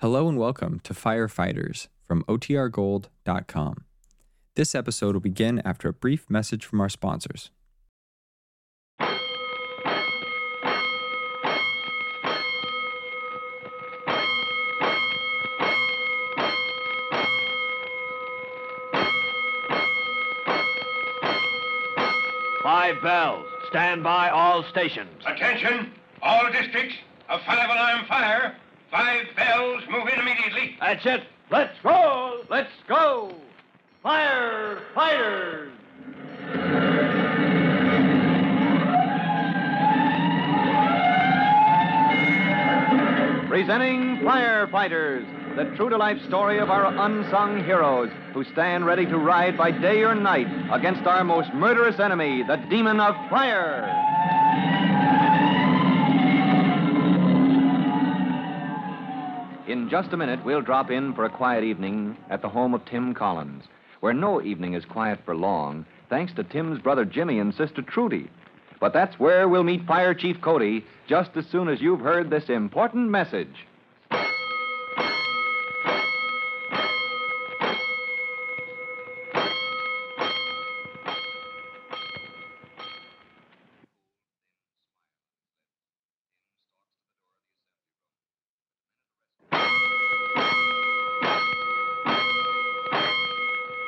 Hello and welcome to Firefighters from OTRGold.com. This episode will begin after a brief message from our sponsors. Five bells. Stand by all stations. Attention, all districts, a five alarm fire. Five bells, move in immediately. That's it. Let's roll. Let's go. Firefighters. Presenting Firefighters, the true to life story of our unsung heroes who stand ready to ride by day or night against our most murderous enemy, the demon of fire. In just a minute, we'll drop in for a quiet evening at the home of Tim Collins, where no evening is quiet for long, thanks to Tim's brother Jimmy and sister Trudy. But that's where we'll meet Fire Chief Cody just as soon as you've heard this important message.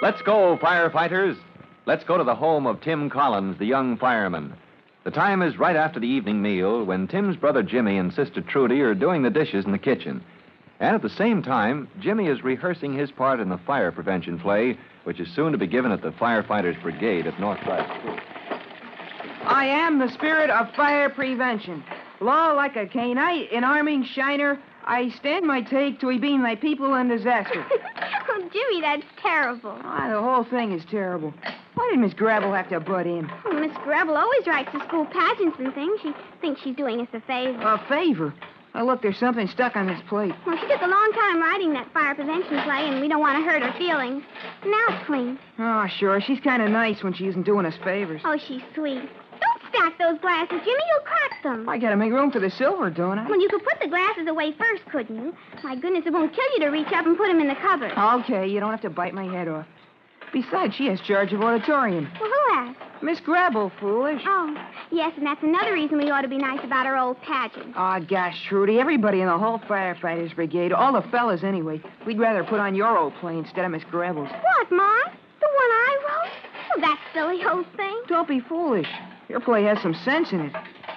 Let's go, firefighters. Let's go to the home of Tim Collins, the young fireman. The time is right after the evening meal when Tim's brother Jimmy and sister Trudy are doing the dishes in the kitchen. And at the same time, Jimmy is rehearsing his part in the fire prevention play, which is soon to be given at the Firefighters Brigade at Northside School. I am the spirit of fire prevention. Law like a canine, in arming shiner, I stand my take to being thy people in disaster. oh, Jimmy, that's terrible. Ah, the whole thing is terrible. Why did Miss Gravel have to butt in? Oh, Miss Gravel always writes the school pageants and things. She thinks she's doing us a favor. A favor. Oh, look, there's something stuck on this plate. Well, she took a long time writing that fire prevention play, and we don't want to hurt her feelings. Now it's clean. Oh, sure. She's kind of nice when she isn't doing us favors. Oh, she's sweet. Don't stack those glasses, Jimmy. You'll crack them. I gotta make room for the silver, don't I? Well, you could put the glasses away first, couldn't you? My goodness, it won't kill you to reach up and put them in the cupboard. Okay, you don't have to bite my head off. Besides, she has charge of auditorium. Well, who asked? Miss Gravel, foolish. Oh, yes, and that's another reason we ought to be nice about our old pageant. Ah, gosh, Trudy, everybody in the whole firefighters brigade, all the fellas anyway, we'd rather put on your old play instead of Miss Gravel's. What, Mom? The one I wrote? Oh, that silly old thing. Don't be foolish. Your play has some sense in it.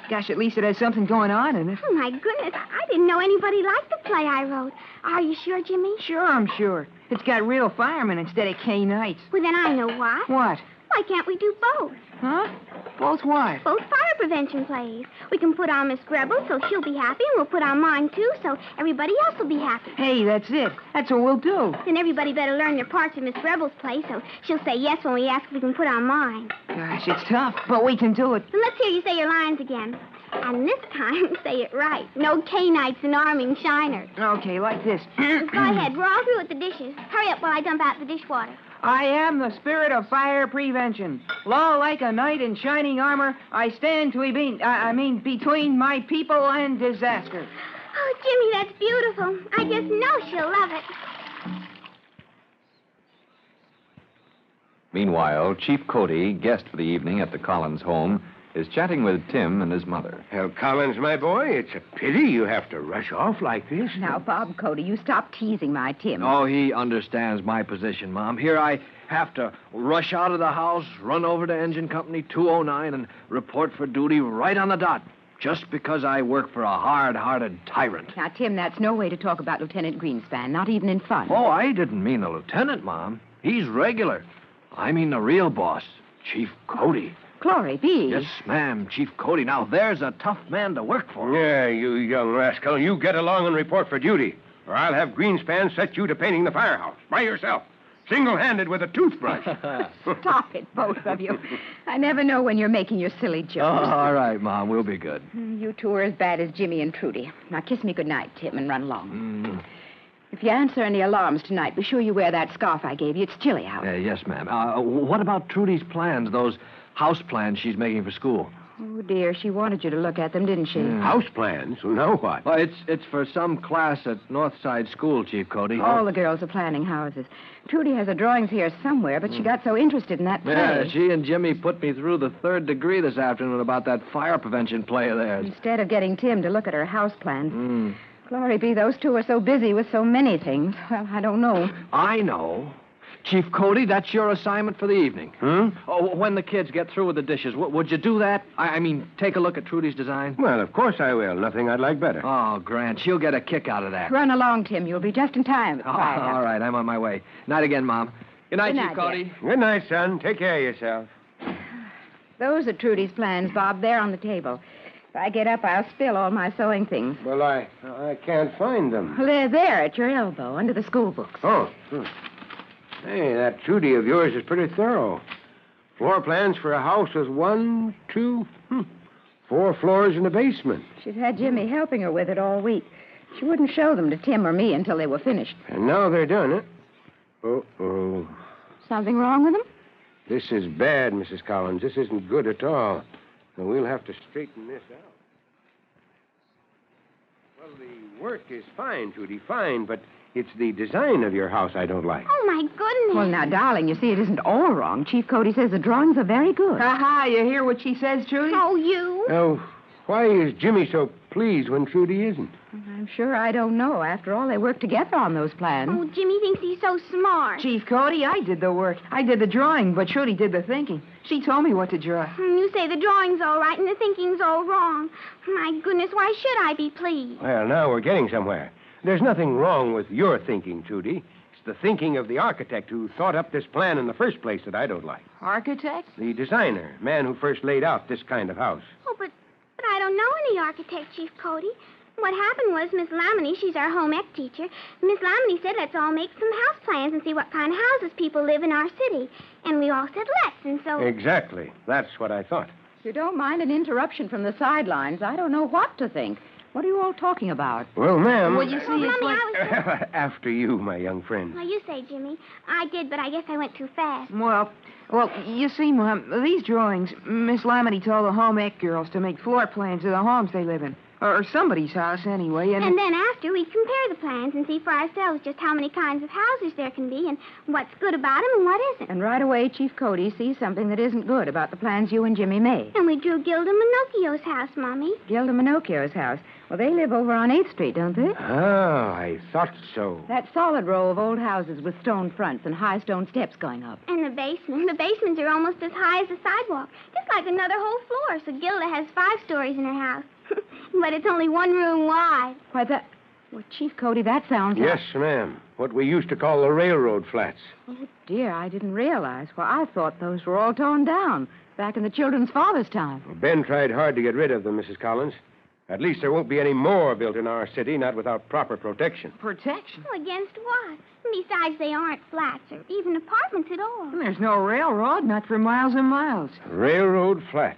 Gosh, at least it has something going on in it. Oh, my goodness. I I didn't know anybody liked the play I wrote. Are you sure, Jimmy? Sure, I'm sure. It's got real firemen instead of K Knights. Well, then I know why. What? Why can't we do both? Huh? Both what? Both fire prevention plays. We can put on Miss Grebel so she'll be happy, and we'll put on mine, too, so everybody else will be happy. Hey, that's it. That's what we'll do. Then everybody better learn their parts in Miss Grebel's play so she'll say yes when we ask if we can put on mine. Gosh, it's tough, but we can do it. Then let's hear you say your lines again. And this time, say it right. No K-Nights and arming shiners. Okay, like this. Go ahead. We're all through with the dishes. Hurry up while I dump out the dishwater. I am the spirit of fire prevention. Law like a knight in shining armor, I stand to be, I I mean, between my people and disaster. Oh, Jimmy, that's beautiful. I just know she'll love it. Meanwhile, Chief Cody, guest for the evening at the Collins home, is chatting with Tim and his mother. Well, Collins, my boy, it's a pity you have to rush off like this. Now, Bob Cody, you stop teasing my Tim. Oh, he understands my position, Mom. Here I have to rush out of the house, run over to Engine Company 209, and report for duty right on the dot, just because I work for a hard hearted tyrant. Now, Tim, that's no way to talk about Lieutenant Greenspan, not even in fun. Oh, I didn't mean the lieutenant, Mom. He's regular. I mean the real boss, Chief Cody. Glory be. Yes, ma'am, Chief Cody. Now, there's a tough man to work for. Yeah, you young rascal, you get along and report for duty, or I'll have Greenspan set you to painting the firehouse by yourself, single handed with a toothbrush. Stop it, both of you. I never know when you're making your silly Oh, jokes. all right, Mom, we'll be good. Hmm. You two are as bad as Jimmy and Trudy. Now, kiss me goodnight, Tim, and run along. Mm. If you answer any alarms tonight, be sure you wear that scarf I gave you. It's chilly out. Uh, yes, ma'am. Uh, what about Trudy's plans, those house plans she's making for school? Oh, dear, she wanted you to look at them, didn't she? House plans? Now what? Well, it's it's for some class at Northside School, Chief Cody. All the girls are planning houses. Trudy has her drawings here somewhere, but she got so interested in that play. Mm. Yeah, she and Jimmy put me through the third degree this afternoon about that fire prevention play of theirs. Instead of getting Tim to look at her house plans. Mm. Glory be, those two are so busy with so many things. Well, I don't know. I know. Chief Cody, that's your assignment for the evening. Hmm? Oh, when the kids get through with the dishes, w- would you do that? I-, I mean, take a look at Trudy's design. Well, of course I will. Nothing I'd like better. Oh, Grant, she'll get a kick out of that. Run along, Tim. You'll be just in time. Oh, all right, I'm on my way. Night again, Mom. Good night, Good Chief night, Cody. Good night, son. Take care of yourself. Those are Trudy's plans, Bob. They're on the table. If I get up, I'll spill all my sewing things. Well, I I can't find them. Well, they're there at your elbow, under the school books. Oh. hmm. Hey, that Trudy of yours is pretty thorough. Floor plans for a house with one, two, hmm, four floors in the basement. She's had Jimmy helping her with it all week. She wouldn't show them to Tim or me until they were finished. And now they're done, eh? it. Oh, oh. Something wrong with them? This is bad, Mrs. Collins. This isn't good at all. And we'll have to straighten this out. Well, the work is fine, Trudy, fine, but it's the design of your house I don't like. Oh, my goodness. Well, now, darling, you see, it isn't all wrong. Chief Cody says the drawings are very good. Ha ha, you hear what she says, Trudy? Oh, you? Now, why is Jimmy so pleased when Trudy isn't? I'm sure I don't know. After all, they worked together on those plans. Oh, Jimmy thinks he's so smart. Chief Cody, I did the work. I did the drawing, but Trudy did the thinking. She told me what to draw. Hmm, You say the drawing's all right and the thinking's all wrong. My goodness, why should I be pleased? Well, now we're getting somewhere. There's nothing wrong with your thinking, Trudy. It's the thinking of the architect who thought up this plan in the first place that I don't like. Architect? The designer, man who first laid out this kind of house. Oh, but, but I don't know any architect, Chief Cody. What happened was Miss Lamony, she's our home ec teacher, Miss Lamony said let's all make some house plans and see what kind of houses people live in our city. And we all said let's, and so... Exactly. That's what I thought. If you don't mind an interruption from the sidelines, I don't know what to think. What are you all talking about? Well, ma'am. Well, uh, you see, Oh, Mommy, it's like... I was... After you, my young friend. Well, you say, Jimmy. I did, but I guess I went too fast. Well, well, you see, Mom, these drawings, Miss Lamity told the home ec girls to make floor plans of the homes they live in. Or, or somebody's house, anyway, and... And then after, we'd compare the plans and see for ourselves just how many kinds of houses there can be and what's good about 'em and what isn't. And right away, Chief Cody sees something that isn't good about the plans you and Jimmy made. And we drew Gilda Minocchio's house, Mommy. Gilda Minocchio's house. Well, they live over on 8th Street, don't they? Oh, I thought so. That solid row of old houses with stone fronts and high stone steps going up. And the basement. The basements are almost as high as the sidewalk, just like another whole floor, so Gilda has five stories in her house. but it's only one room wide. Why, that. Well, Chief Cody, that sounds. Yes, ma'am. What we used to call the railroad flats. Oh, Dear, I didn't realize. Well, I thought those were all torn down back in the children's father's time. Ben tried hard to get rid of them, Mrs. Collins. At least there won't be any more built in our city, not without proper protection. Protection. Oh, against what? Besides, they aren't flats or even apartments at all. There's no railroad, not for miles and miles. Railroad flat.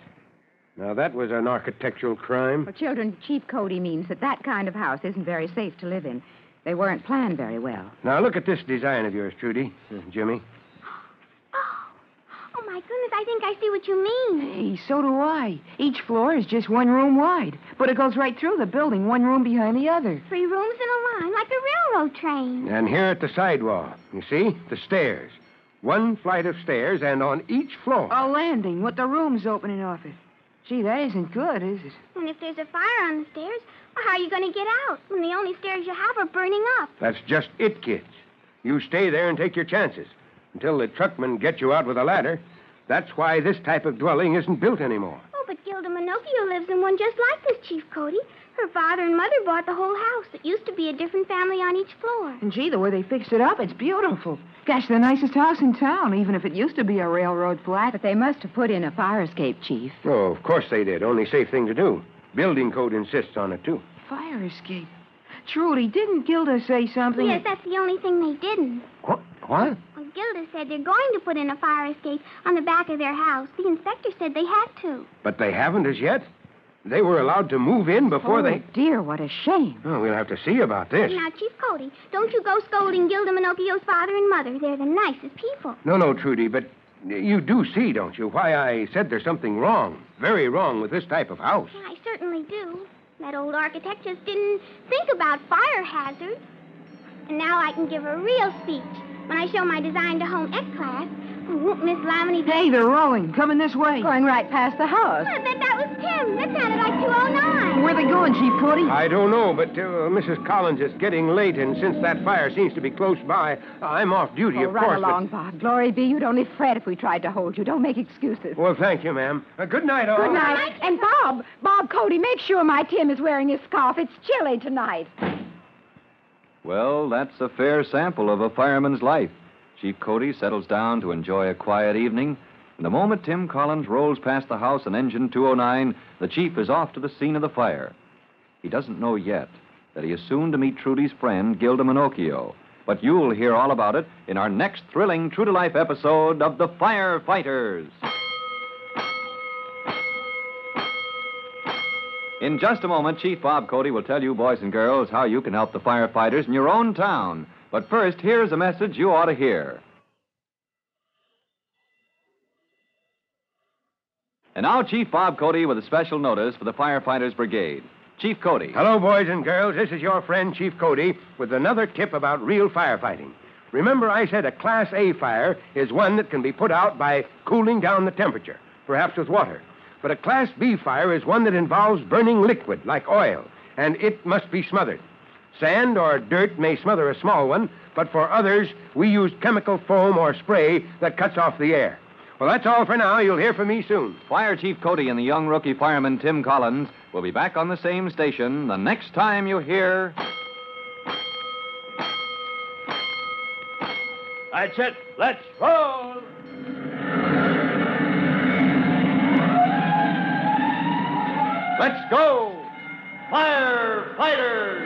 Now, that was an architectural crime. Well, children, Chief Cody means that that kind of house isn't very safe to live in. They weren't planned very well. Now, look at this design of yours, Trudy, Jimmy. Oh, oh my goodness, I think I see what you mean. Hey, Eh, so do I. Each floor is just one room wide, but it goes right through the building, one room behind the other. Three rooms in a line, like a railroad train. And here at the sidewalk, you see, the stairs. One flight of stairs, and on each floor. Oh. A landing with the rooms opening off it. Gee, that isn't good, is it? And if there's a fire on the stairs, well, how are you going to get out when the only stairs you have are burning up? That's just it, kids. You stay there and take your chances until the truckmen get you out with a ladder. That's why this type of dwelling isn't built anymore. Oh, but Gilda Minocchio lives in one just like this, Chief Cody. Her father and mother bought the whole house. It used to be a different family on each floor. And gee, the way they fixed it up, it's beautiful. Gosh, the nicest house in town, even if it used to be a railroad flat. But they must have put in a fire escape, Chief. Oh, of course they did. Only safe thing to do. Building code insists on it, too. Fire escape. Trudy, didn't Gilda say something? Yes, that's the only thing they didn't. What? What? Well, Gilda said they're going to put in a fire escape on the back of their house. The inspector said they had to. But they haven't as yet. They were allowed to move in before oh, they. dear, what a shame. Oh, we'll have to see about this. Now, Chief Cody, don't you go scolding Gilda Minocchio's father and mother. They're the nicest people. No, no, Trudy, but You do see, don't you, why I said there's something wrong, very wrong with this type of house. Well, I certainly do. That old architect just didn't think about fire hazards. And now I can give a real speech when I show my design to home ec class. Won't Miss Lamini be... Hey, they're rolling. Coming this way. Going right past the house. I bet that was Tim. That sounded like 209. Where they going, Chief Cody? I don't know, but uh, Mrs. Collins, it's getting late, and since that fire seems to be close by, I'm off duty, Oh, of run course. but- along, Bob. Glory be, you'd only fret if we tried to hold you. Don't make excuses. Well, thank you, ma'am. Uh, good night, all. Good night. And Bob, Bob Cody, make sure my Tim is wearing his scarf. It's chilly tonight. Well, that's a fair sample of a fireman's life. Chief Cody settles down to enjoy a quiet evening, and the moment Tim Collins rolls past the house in engine 209, the chief is off to the scene of the fire. He doesn't know yet that he is soon to meet Trudy's friend, Gilda Minocchio, but you'll hear all about it in our next thrilling True to Life episode of The Firefighters. In just a moment, Chief Bob Cody will tell you, boys and girls, how you can help the firefighters in your own town. But first, here's a message you ought to hear. And now, Chief Bob Cody with a special notice for the Firefighters Brigade. Chief Cody. Hello, boys and girls. This is your friend, Chief Cody, with another tip about real firefighting. Remember, I said a Class A fire is one that can be put out by cooling down the temperature, perhaps with water. But a Class B fire is one that involves burning liquid, like oil, and it must be smothered. Sand or dirt may smother a small one, but for others, we use chemical foam or spray that cuts off the air. Well, that's all for now. You'll hear from me soon. Fire Chief Cody and the young rookie fireman Tim Collins will be back on the same station the next time you hear. That's it. Let's roll. Let's go. Firefighters.